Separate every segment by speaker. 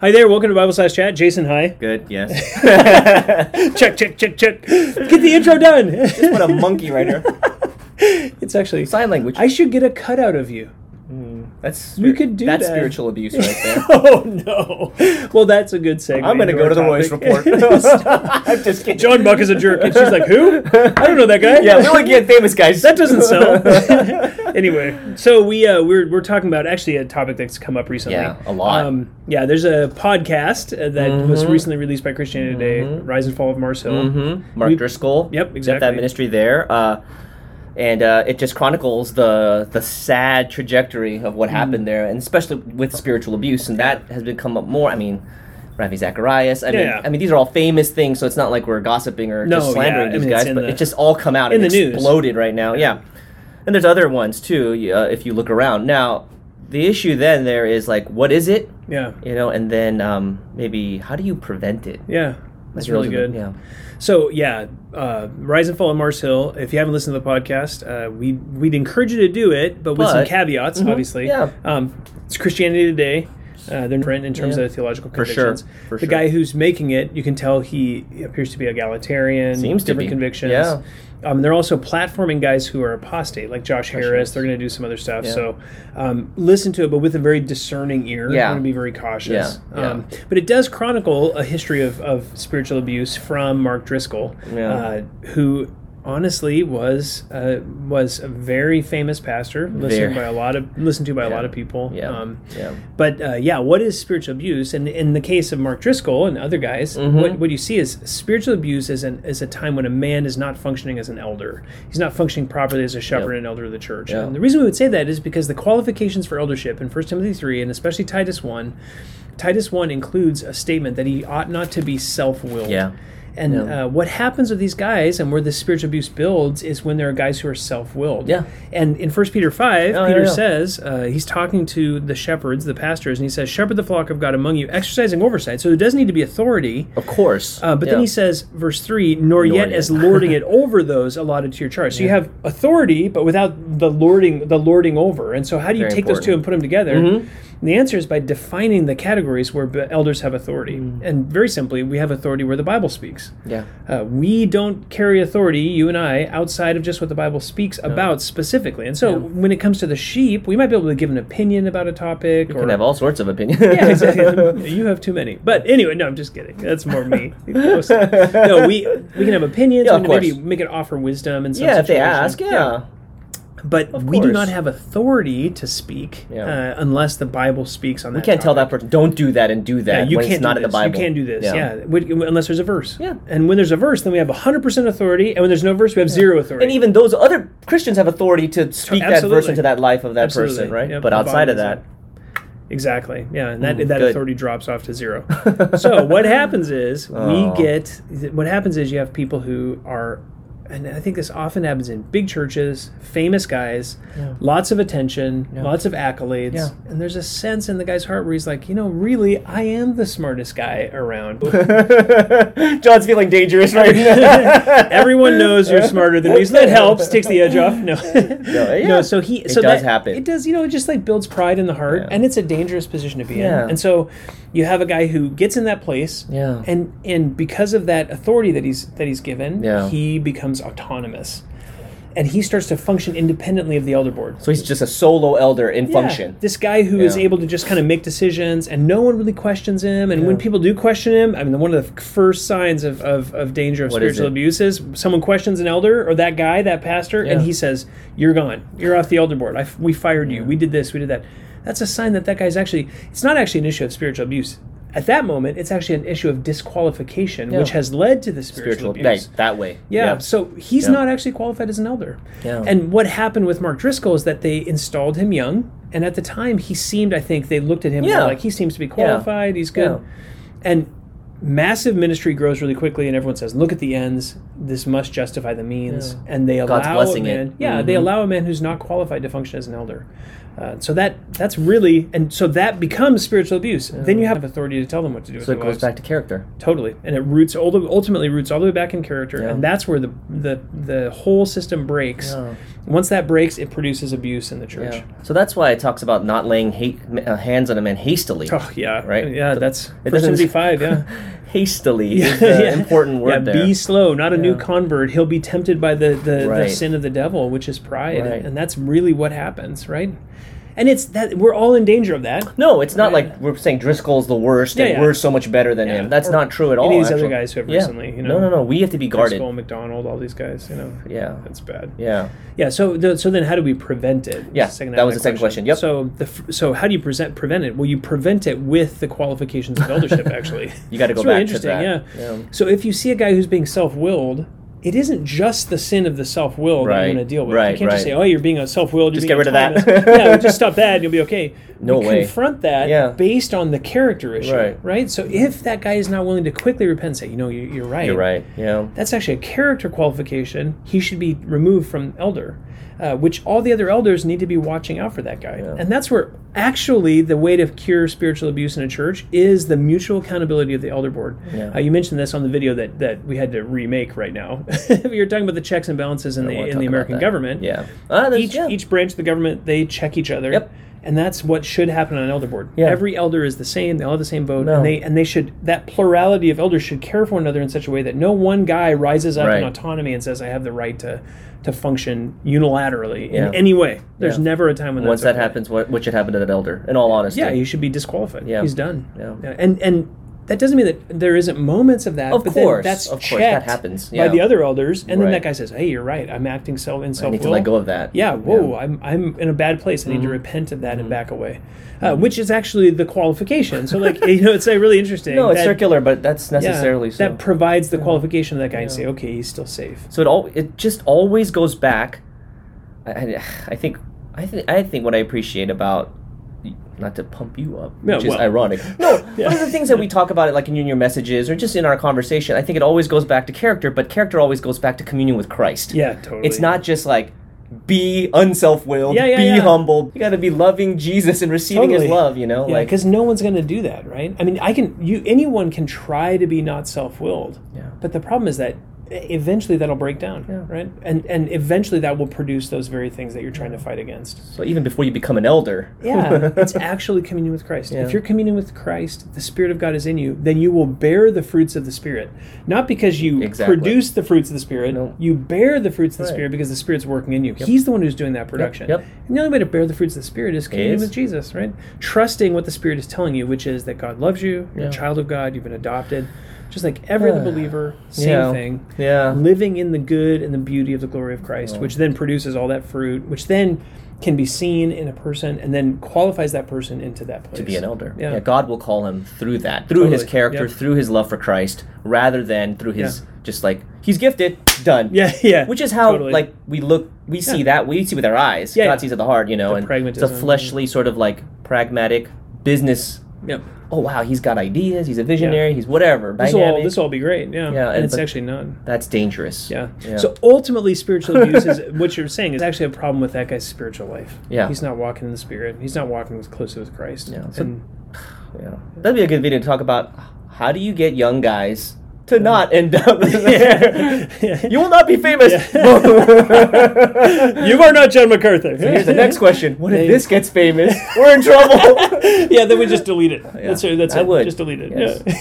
Speaker 1: Hi there, welcome to Bible Slash Chat. Jason, hi.
Speaker 2: Good, yes.
Speaker 1: check, check, check, check. Get the intro done.
Speaker 2: what a monkey right here.
Speaker 1: it's actually.
Speaker 2: Sign language.
Speaker 1: I should get a cutout of you.
Speaker 2: that's spir-
Speaker 1: you could do
Speaker 2: that's
Speaker 1: that.
Speaker 2: spiritual abuse right there.
Speaker 1: Oh no! Well, that's a good segue.
Speaker 2: I'm going to
Speaker 1: into
Speaker 2: go
Speaker 1: our
Speaker 2: to the Royce report.
Speaker 1: topic.
Speaker 2: I'm just kidding.
Speaker 1: John Buck is a jerk, and she's like, "Who? I don't know that guy."
Speaker 2: yeah, we're looking at famous guys.
Speaker 1: that doesn't sell. anyway, so we uh, we're we're talking about actually a topic that's come up recently.
Speaker 2: Yeah, a lot.
Speaker 1: Um, yeah, there's a podcast uh, that was recently released by Christianity Today, "Rise and Fall of Mars Hill."
Speaker 2: mm-hmm. Mark
Speaker 1: We-
Speaker 2: Driscoll.
Speaker 1: Yep,
Speaker 2: got
Speaker 1: exactly.
Speaker 2: That ministry there. Uh, and uh, it just chronicles the the sad trajectory of
Speaker 1: Mm-hmm.
Speaker 2: what happened there, and especially with spiritual abuse, and that has been come up more. I mean, Ravi Zacharias. I mean,
Speaker 1: Yeah.
Speaker 2: I mean these are all famous things, so it's not like we're gossiping or
Speaker 1: No,
Speaker 2: just
Speaker 1: yeah,
Speaker 2: slandering
Speaker 1: I
Speaker 2: these
Speaker 1: mean, it's
Speaker 2: guys,
Speaker 1: in
Speaker 2: but
Speaker 1: the-
Speaker 2: it just all come out
Speaker 1: in
Speaker 2: and
Speaker 1: the news.
Speaker 2: exploded right now. Yeah, and there's other ones too. y- Uh, if you look around now, the issue then there is like, what is it?
Speaker 1: Yeah,
Speaker 2: You know, and then um, maybe how do you prevent it?
Speaker 1: yeah, that's really good.
Speaker 2: Yeah.
Speaker 1: So yeah, uh, Rise and Fall of Mars Hill. If you haven't listened to the podcast, uh, we we'd encourage you to do it, but with some
Speaker 2: But- mm-hmm,
Speaker 1: caveats, obviously.
Speaker 2: yeah.
Speaker 1: Um, it's Christianity Today. Uh, they're different in terms
Speaker 2: Yeah.
Speaker 1: of theological
Speaker 2: For sure,
Speaker 1: convictions.
Speaker 2: for
Speaker 1: the
Speaker 2: sure.
Speaker 1: guy who's making it, you can tell he appears to be egalitarian.
Speaker 2: Seems to
Speaker 1: different
Speaker 2: be.
Speaker 1: convictions.
Speaker 2: Yeah.
Speaker 1: Um, they're also platforming guys who are apostate, like Josh Harris. They're going to do some other stuff.
Speaker 2: Yeah.
Speaker 1: So um, listen to it, but with a very discerning ear.
Speaker 2: Yeah.
Speaker 1: You want to be very cautious.
Speaker 2: Yeah, yeah.
Speaker 1: Um, but it does chronicle a history of, of spiritual abuse from Mark Driscoll,
Speaker 2: Yeah.
Speaker 1: uh, who honestly was uh, was a very famous pastor, listened
Speaker 2: Very.
Speaker 1: by a lot of listened to by a
Speaker 2: Yeah.
Speaker 1: lot of people.
Speaker 2: Yeah.
Speaker 1: Um,
Speaker 2: yeah.
Speaker 1: but uh, yeah, what is spiritual abuse? And in the case of Mark Driscoll and other guys,
Speaker 2: Mm-hmm.
Speaker 1: what, what you see is spiritual abuse is an is a time when a man is not functioning as an elder. He's not functioning properly as a shepherd and elder of the church.
Speaker 2: Yeah.
Speaker 1: And the reason we would say that is because the qualifications for eldership in 1 Timothy three and especially Titus one, Titus one includes a statement that he ought not to be self willed.
Speaker 2: Yeah.
Speaker 1: And
Speaker 2: Yeah.
Speaker 1: uh, what happens with these guys, and where the spiritual abuse builds, is when there are guys who are self-willed.
Speaker 2: Yeah.
Speaker 1: And in First Peter five,
Speaker 2: Oh, yeah,
Speaker 1: Peter
Speaker 2: yeah.
Speaker 1: says uh, he's talking to the shepherds, the pastors, and he says, "Shepherd the flock of God among you, exercising oversight." So there does need to be authority.
Speaker 2: Of course.
Speaker 1: Uh, but then
Speaker 2: Yeah.
Speaker 1: he says, verse three, nor, yet,
Speaker 2: yet.
Speaker 1: as lording it over those allotted to your charge. So you have authority, but without the lording, the lording over. And so, how do you
Speaker 2: Very Mm-hmm.
Speaker 1: take those two and put them together? And the answer is by defining the categories where b- elders have authority.
Speaker 2: Mm.
Speaker 1: And very simply, we have authority where the Bible speaks.
Speaker 2: Yeah.
Speaker 1: Uh, we don't carry authority, you and I, outside of just what the Bible speaks about specifically. And so, when it comes to the sheep, we might be able to give an opinion about a topic or
Speaker 2: Can have all sorts of opinions.
Speaker 1: yeah, exactly. you have too many. But anyway, no, I'm just kidding. That's more me. no, we we can have opinions. we
Speaker 2: Yeah, of
Speaker 1: can maybe
Speaker 2: course.
Speaker 1: make an offer wisdom and some
Speaker 2: Yeah, if they
Speaker 1: situations.
Speaker 2: ask, yeah.
Speaker 1: But we do
Speaker 2: course.
Speaker 1: not have authority to speak
Speaker 2: Yeah.
Speaker 1: uh, unless the Bible speaks on that.
Speaker 2: You can't tell
Speaker 1: topic.
Speaker 2: that person, don't do that and do
Speaker 1: Yeah,
Speaker 2: that
Speaker 1: you
Speaker 2: when
Speaker 1: can't
Speaker 2: it's not
Speaker 1: do
Speaker 2: in the
Speaker 1: this.
Speaker 2: Bible.
Speaker 1: You can't do this. Yeah, Wi- unless there's a verse.
Speaker 2: Yeah.
Speaker 1: And when there's a verse, then we have 100% authority, and when there's no verse, we have zero authority.
Speaker 2: And even those other Christians have authority to speak that verse
Speaker 1: Absolutely.
Speaker 2: into that life of that
Speaker 1: Absolutely.
Speaker 2: person, right?
Speaker 1: Yep,
Speaker 2: but
Speaker 1: the
Speaker 2: outside of
Speaker 1: Bible
Speaker 2: that,
Speaker 1: is Exactly. Yeah, and that
Speaker 2: Mm,
Speaker 1: that
Speaker 2: good.
Speaker 1: authority drops off to zero. so what happens is
Speaker 2: Oh.
Speaker 1: we get what happens is you have people who are and I think this often happens in big churches, famous guys, lots of attention, lots of accolades,
Speaker 2: Yeah.
Speaker 1: and there's a sense in the guy's heart where he's like, you know, really, I am the smartest guy around.
Speaker 2: John's feeling dangerous right now.
Speaker 1: Everyone knows you're smarter than me, so that helps, takes the edge off. No, no,
Speaker 2: yeah.
Speaker 1: So he, so
Speaker 2: does
Speaker 1: that,
Speaker 2: happen.
Speaker 1: It does, you know, it just like builds pride in the heart,
Speaker 2: Yeah.
Speaker 1: and it's a dangerous position to be
Speaker 2: Yeah.
Speaker 1: in. And so, you have a guy who gets in that place,
Speaker 2: Yeah.
Speaker 1: and and because of that authority that he's that he's given,
Speaker 2: Yeah.
Speaker 1: he becomes autonomous, and he starts to function independently of the elder board.
Speaker 2: so he's just a solo elder in
Speaker 1: Yeah,
Speaker 2: function.
Speaker 1: This guy who is
Speaker 2: Yeah.
Speaker 1: able to just kind of make decisions and no one really questions him. And when people do question him, I mean, one of the first signs of, of, of danger of
Speaker 2: What is
Speaker 1: spiritual
Speaker 2: it?
Speaker 1: abuse is someone questions an elder or that guy, that pastor, and
Speaker 2: Yeah.
Speaker 1: he says, You're gone. You're off the elder board. I f we fired you. We did this. We did that. That's a sign that that guy's actually, it's not actually an issue of spiritual abuse. At that moment, it's actually an issue of disqualification, which
Speaker 2: Yeah.
Speaker 1: has led to the spiritual,
Speaker 2: Spiritual,
Speaker 1: abuse.
Speaker 2: like, that way.
Speaker 1: Yeah, so he's
Speaker 2: Yeah.
Speaker 1: not actually qualified as an elder.
Speaker 2: Yeah.
Speaker 1: And what happened with Mark Driscoll is that they installed him young, and at the time he seemed, I think, they looked at him and were
Speaker 2: Yeah.
Speaker 1: like he seems to be qualified, he's good,
Speaker 2: Yeah.
Speaker 1: and massive ministry grows really quickly, and everyone says, "Look at the ends." this must justify the means, and they
Speaker 2: God's
Speaker 1: allow a
Speaker 2: blessing it.
Speaker 1: man. Yeah, they
Speaker 2: Mhm.
Speaker 1: allow a man who's not qualified to function as an elder. Uh, so that that's really, and so that becomes spiritual abuse. Then you have authority to tell them what to do. with
Speaker 2: So it
Speaker 1: their
Speaker 2: goes
Speaker 1: lives.
Speaker 2: back to character.
Speaker 1: Totally, and it roots all the- ultimately roots all the way back in character,
Speaker 2: Yeah.
Speaker 1: and that's where the the the whole system breaks.
Speaker 2: Yeah.
Speaker 1: Once that breaks, it produces abuse in the church.
Speaker 2: Yeah. So that's why it talks about not laying hate, uh, hands on a man hastily.
Speaker 1: Oh yeah,
Speaker 2: Right.
Speaker 1: Yeah, that's
Speaker 2: It
Speaker 1: First
Speaker 2: doesn't-
Speaker 1: Timothy five. Yeah,
Speaker 2: Hastily is an important word
Speaker 1: Yeah,
Speaker 2: there.
Speaker 1: Be slow, not a new
Speaker 2: Yeah.
Speaker 1: convert. He'll be tempted by the the,
Speaker 2: Right.
Speaker 1: the sin of the devil, which is pride,
Speaker 2: Right.
Speaker 1: and that's really what happens, right? And it's that we're all in danger of that.
Speaker 2: No, it's not
Speaker 1: Right.
Speaker 2: like we're saying Driscoll's the worst and
Speaker 1: Yeah, yeah.
Speaker 2: we're so much better than him. That's
Speaker 1: Or
Speaker 2: not true at all.
Speaker 1: any of these other
Speaker 2: actually.
Speaker 1: guys who have recently, you
Speaker 2: no,
Speaker 1: know,
Speaker 2: no, no. We have to be guarded.
Speaker 1: Driscoll, McDonald, all these guys, you know,
Speaker 2: Yeah,
Speaker 1: that's bad.
Speaker 2: yeah.
Speaker 1: Yeah. So the, so then, how do we prevent it?
Speaker 2: Yeah,
Speaker 1: Was
Speaker 2: that was
Speaker 1: half
Speaker 2: the second
Speaker 1: of my
Speaker 2: question. Yep.
Speaker 1: So the f- so how do you present prevent it? Well, you prevent it with the qualifications of eldership. Actually,
Speaker 2: You got to go
Speaker 1: It's really
Speaker 2: back
Speaker 1: interesting,
Speaker 2: to that.
Speaker 1: yeah. So if you see a guy who's being self-willed. It isn't just the sin of the self-will that
Speaker 2: Right,
Speaker 1: you want to deal with.
Speaker 2: right,
Speaker 1: you can't just
Speaker 2: right.
Speaker 1: say, "Oh, you're being a self-willed." Just
Speaker 2: get rid of that.
Speaker 1: yeah, well, just stop that, and you'll be okay.
Speaker 2: No
Speaker 1: we
Speaker 2: way.
Speaker 1: Confront that
Speaker 2: Yeah.
Speaker 1: based on the character issue,
Speaker 2: Right.
Speaker 1: So if that guy is not willing to quickly repent, and say, "You know, you you're right.
Speaker 2: You're right. Yeah.
Speaker 1: That's actually a character qualification. He should be removed from elder, uh, which all the other elders need to be watching out for that guy. And that's where actually the way to cure spiritual abuse in a church is the mutual accountability of the elder board.
Speaker 2: Yeah.
Speaker 1: Uh, you mentioned this on the video that, that we had to remake right now. we were talking about the checks and balances in
Speaker 2: wanna
Speaker 1: the in
Speaker 2: talk
Speaker 1: the
Speaker 2: about
Speaker 1: American
Speaker 2: that.
Speaker 1: government.
Speaker 2: Yeah. Ah, there's-
Speaker 1: Each
Speaker 2: yeah.
Speaker 1: each branch of the government they check each other.
Speaker 2: Yep.
Speaker 1: And that's what should happen on an elder board.
Speaker 2: Yeah.
Speaker 1: Every elder is the same. They all have the same vote,
Speaker 2: No.
Speaker 1: and they and they should that plurality of elders should care for one another in such a way that no one guy rises up
Speaker 2: Right.
Speaker 1: in autonomy and says, "I have the right to to function unilaterally
Speaker 2: Yeah.
Speaker 1: in any way." There's
Speaker 2: Yeah.
Speaker 1: never a time when
Speaker 2: Once
Speaker 1: that's
Speaker 2: that
Speaker 1: okay.
Speaker 2: happens, what, what should happen to that elder? In all honesty.
Speaker 1: yeah, he should be disqualified.
Speaker 2: Yeah.
Speaker 1: he's done.
Speaker 2: Yeah.
Speaker 1: and and. That doesn't mean that there isn't moments of that.
Speaker 2: Of
Speaker 1: but then
Speaker 2: course,
Speaker 1: that's
Speaker 2: of course, that
Speaker 1: checked
Speaker 2: happens, yeah.
Speaker 1: by the other elders, and then
Speaker 2: Right.
Speaker 1: that guy says, "Hey, you're right. I'm acting self in
Speaker 2: I
Speaker 1: self
Speaker 2: need to let go of that.
Speaker 1: yeah, whoa, I'm, I'm in a bad place. I need to
Speaker 2: Mm-hmm.
Speaker 1: repent of that and back away, uh, which is actually the qualification. So, like, you know, it's like, really interesting.
Speaker 2: No, it's
Speaker 1: that-
Speaker 2: circular, but that's
Speaker 1: yeah,
Speaker 2: necessarily so.
Speaker 1: That provides the qualification of that guy and say, okay, he's still safe.
Speaker 2: So it all it just always goes back. I, I, I think I think I think what I appreciate about not to pump you up,
Speaker 1: Yeah,
Speaker 2: which is
Speaker 1: well.
Speaker 2: ironic. No,
Speaker 1: Yeah.
Speaker 2: one of the things that we talk about, like in your messages or just in our conversation, I think it always goes back to character, but character always goes back to communion with Christ.
Speaker 1: Yeah, totally.
Speaker 2: It's not just like be unself-willed,
Speaker 1: Yeah, yeah,
Speaker 2: be
Speaker 1: yeah.
Speaker 2: humble. You got to be loving Jesus and receiving His
Speaker 1: Totally.
Speaker 2: love. You know,
Speaker 1: Yeah,
Speaker 2: like
Speaker 1: because no one's going to do that, right? I mean, I can, you, anyone can try to be not self-willed,
Speaker 2: Yeah.
Speaker 1: but the problem is that eventually that'll break down, right? And and eventually that will produce those very things that you're trying to fight against.
Speaker 2: so even before you become an elder.
Speaker 1: Yeah, it's actually communion with Christ.
Speaker 2: Yeah.
Speaker 1: If you're communing with Christ, the Spirit of God is in you, then you will bear the fruits of the Spirit. Not because you
Speaker 2: Exactly.
Speaker 1: produce the fruits of the Spirit,
Speaker 2: No.
Speaker 1: you bear the fruits of the
Speaker 2: Right.
Speaker 1: Spirit because the Spirit's working in you. He's the one who's doing that production.
Speaker 2: yep.
Speaker 1: And the only way to bear the fruits of the Spirit is communion
Speaker 2: Is.
Speaker 1: with Jesus, right? Trusting what the Spirit is telling you, which is that God loves you, you're
Speaker 2: Yeah. Uh,
Speaker 1: a child of God, you've been adopted. Just like every other believer, same
Speaker 2: Yeah.
Speaker 1: thing
Speaker 2: Yeah.
Speaker 1: living in the good and the beauty of the glory of
Speaker 2: Oh.
Speaker 1: Christ, which then produces all that fruit, which then can be seen in a person and then qualifies that person into that place.
Speaker 2: to be an elder.
Speaker 1: Yeah.
Speaker 2: Yeah. God will call him through that, through his
Speaker 1: Totally.
Speaker 2: character,
Speaker 1: Yep.
Speaker 2: through his love for Christ, rather than through his
Speaker 1: Yeah.
Speaker 2: just like he's gifted, done.
Speaker 1: Yeah, yeah.
Speaker 2: Which is how
Speaker 1: totally.
Speaker 2: like we look, we see that, we see with our eyes.
Speaker 1: Yeah,
Speaker 2: God
Speaker 1: yeah.
Speaker 2: sees at the heart, you know, and it's a
Speaker 1: pragmatism.
Speaker 2: fleshly sort of like pragmatic business.
Speaker 1: Yep.
Speaker 2: Oh wow, he's got ideas. He's a visionary. He's whatever.
Speaker 1: This will all
Speaker 2: dynamic.
Speaker 1: this will all be great. Yeah.
Speaker 2: Yeah,
Speaker 1: and,
Speaker 2: and-
Speaker 1: it's
Speaker 2: but-
Speaker 1: actually not.
Speaker 2: That's dangerous.
Speaker 1: Yeah.
Speaker 2: Yeah.
Speaker 1: So ultimately, spiritual abuse is what you're saying is actually a problem with that guy's spiritual life.
Speaker 2: Yeah.
Speaker 1: He's not walking in the spirit. He's not walking with closely with Christ.
Speaker 2: Yeah. So-
Speaker 1: And
Speaker 2: Yeah. That'd be a good video to talk about. How do you get young guys to not end up? you will not be famous.
Speaker 1: you are not John MacArthur.
Speaker 2: Here's the next question. What if
Speaker 1: They-
Speaker 2: this gets famous? We're in trouble.
Speaker 1: yeah, then we just delete it. That's it. That's
Speaker 2: I
Speaker 1: it.
Speaker 2: would.
Speaker 1: Just delete it.
Speaker 2: Yes.
Speaker 1: Yeah.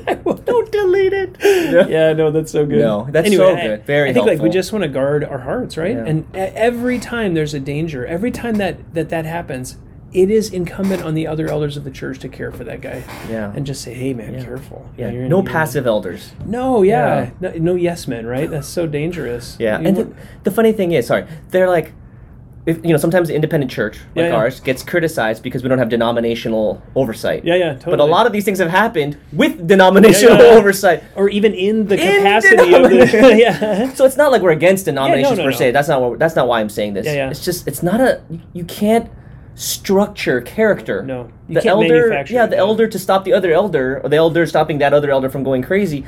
Speaker 1: I would.
Speaker 2: Don't delete it. No.
Speaker 1: Yeah, no, that's so good.
Speaker 2: No, that's
Speaker 1: Anyway,
Speaker 2: so
Speaker 1: I-
Speaker 2: good. Very
Speaker 1: I think like we
Speaker 2: helpful.
Speaker 1: just want to guard our hearts, right?
Speaker 2: Yeah.
Speaker 1: And e- every time there's a danger, every time that that that happens, it is incumbent on the other elders of the church to care for that guy.
Speaker 2: Yeah.
Speaker 1: And just say, hey, man, careful.
Speaker 2: Yeah.
Speaker 1: You're in-
Speaker 2: No
Speaker 1: you're in-
Speaker 2: passive elders.
Speaker 1: No, yeah,
Speaker 2: Yeah.
Speaker 1: No, no yes men, right? That's so dangerous.
Speaker 2: Yeah.
Speaker 1: You
Speaker 2: And
Speaker 1: want-
Speaker 2: the, the funny thing is, sorry, they're like, if, you know, sometimes the independent church like
Speaker 1: Yeah, yeah.
Speaker 2: ours gets criticized because we don't have denominational oversight.
Speaker 1: yeah, yeah, totally.
Speaker 2: But a lot of these things have happened with denominational
Speaker 1: Yeah, yeah.
Speaker 2: oversight.
Speaker 1: or even in the
Speaker 2: In
Speaker 1: capacity of the
Speaker 2: denomin-
Speaker 1: yeah.
Speaker 2: So it's not like we're against denominations
Speaker 1: no,
Speaker 2: per
Speaker 1: no.
Speaker 2: se. That's not what, that's not why I'm saying this.
Speaker 1: Yeah, yeah.
Speaker 2: It's just it's not a you can't structure character.
Speaker 1: No. You
Speaker 2: the
Speaker 1: can't
Speaker 2: elder,
Speaker 1: manufacture
Speaker 2: yeah,
Speaker 1: it,
Speaker 2: the
Speaker 1: no.
Speaker 2: elder to stop the other elder, or the elder stopping that other elder from going crazy.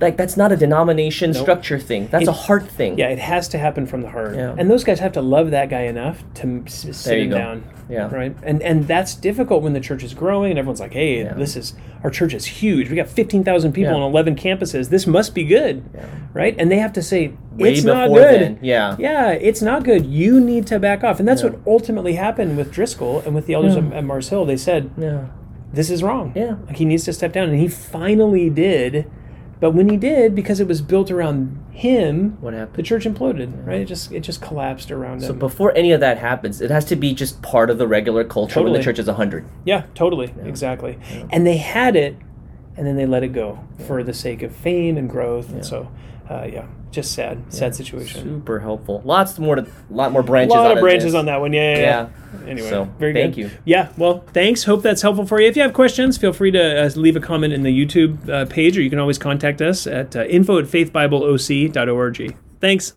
Speaker 2: like that's not a denomination
Speaker 1: Nope.
Speaker 2: structure thing. That's
Speaker 1: It-
Speaker 2: a heart thing.
Speaker 1: Yeah, it has to happen from the heart.
Speaker 2: Yeah.
Speaker 1: And those guys have to love that guy enough to s- sit
Speaker 2: you
Speaker 1: him
Speaker 2: go.
Speaker 1: down.
Speaker 2: Yeah.
Speaker 1: Right. And and that's difficult when the church is growing and everyone's like, hey,
Speaker 2: Yeah.
Speaker 1: this is our church is huge. We got fifteen thousand people
Speaker 2: Yeah.
Speaker 1: on eleven campuses. This must be good.
Speaker 2: Yeah.
Speaker 1: Right? And they have to say
Speaker 2: Way
Speaker 1: it's
Speaker 2: before
Speaker 1: not good.
Speaker 2: then. Yeah.
Speaker 1: Yeah, it's not good. You need to back off. And that's what ultimately happened with Driscoll and with the elders at, at Mars Hill. They said,
Speaker 2: Yeah.
Speaker 1: this is wrong.
Speaker 2: Yeah.
Speaker 1: Like he needs to step down. And he finally did. But when he did, because it was built around him,
Speaker 2: What
Speaker 1: the
Speaker 2: happened?
Speaker 1: church imploded, right? It just it just collapsed around
Speaker 2: So
Speaker 1: him.
Speaker 2: before any of that happens, it has to be just part of the regular culture when
Speaker 1: Totally.
Speaker 2: the church is hundred.
Speaker 1: yeah, totally, exactly. And they had it, and then they let it go for the sake of fame and growth. And so, uh, yeah, just sad, sad situation.
Speaker 2: Super helpful. Lots more, to, lot more
Speaker 1: A
Speaker 2: branches.
Speaker 1: lot
Speaker 2: out
Speaker 1: of branches
Speaker 2: this.
Speaker 1: on that one. Yeah, yeah. yeah. Anyway,
Speaker 2: So,
Speaker 1: very good.
Speaker 2: thank you.
Speaker 1: Yeah, well, thanks. Hope that's helpful for you. If you have questions, feel free to uh, leave a comment in the YouTube uh, page, or you can always contact us at uh, info at faithbibleoc.org. Thanks.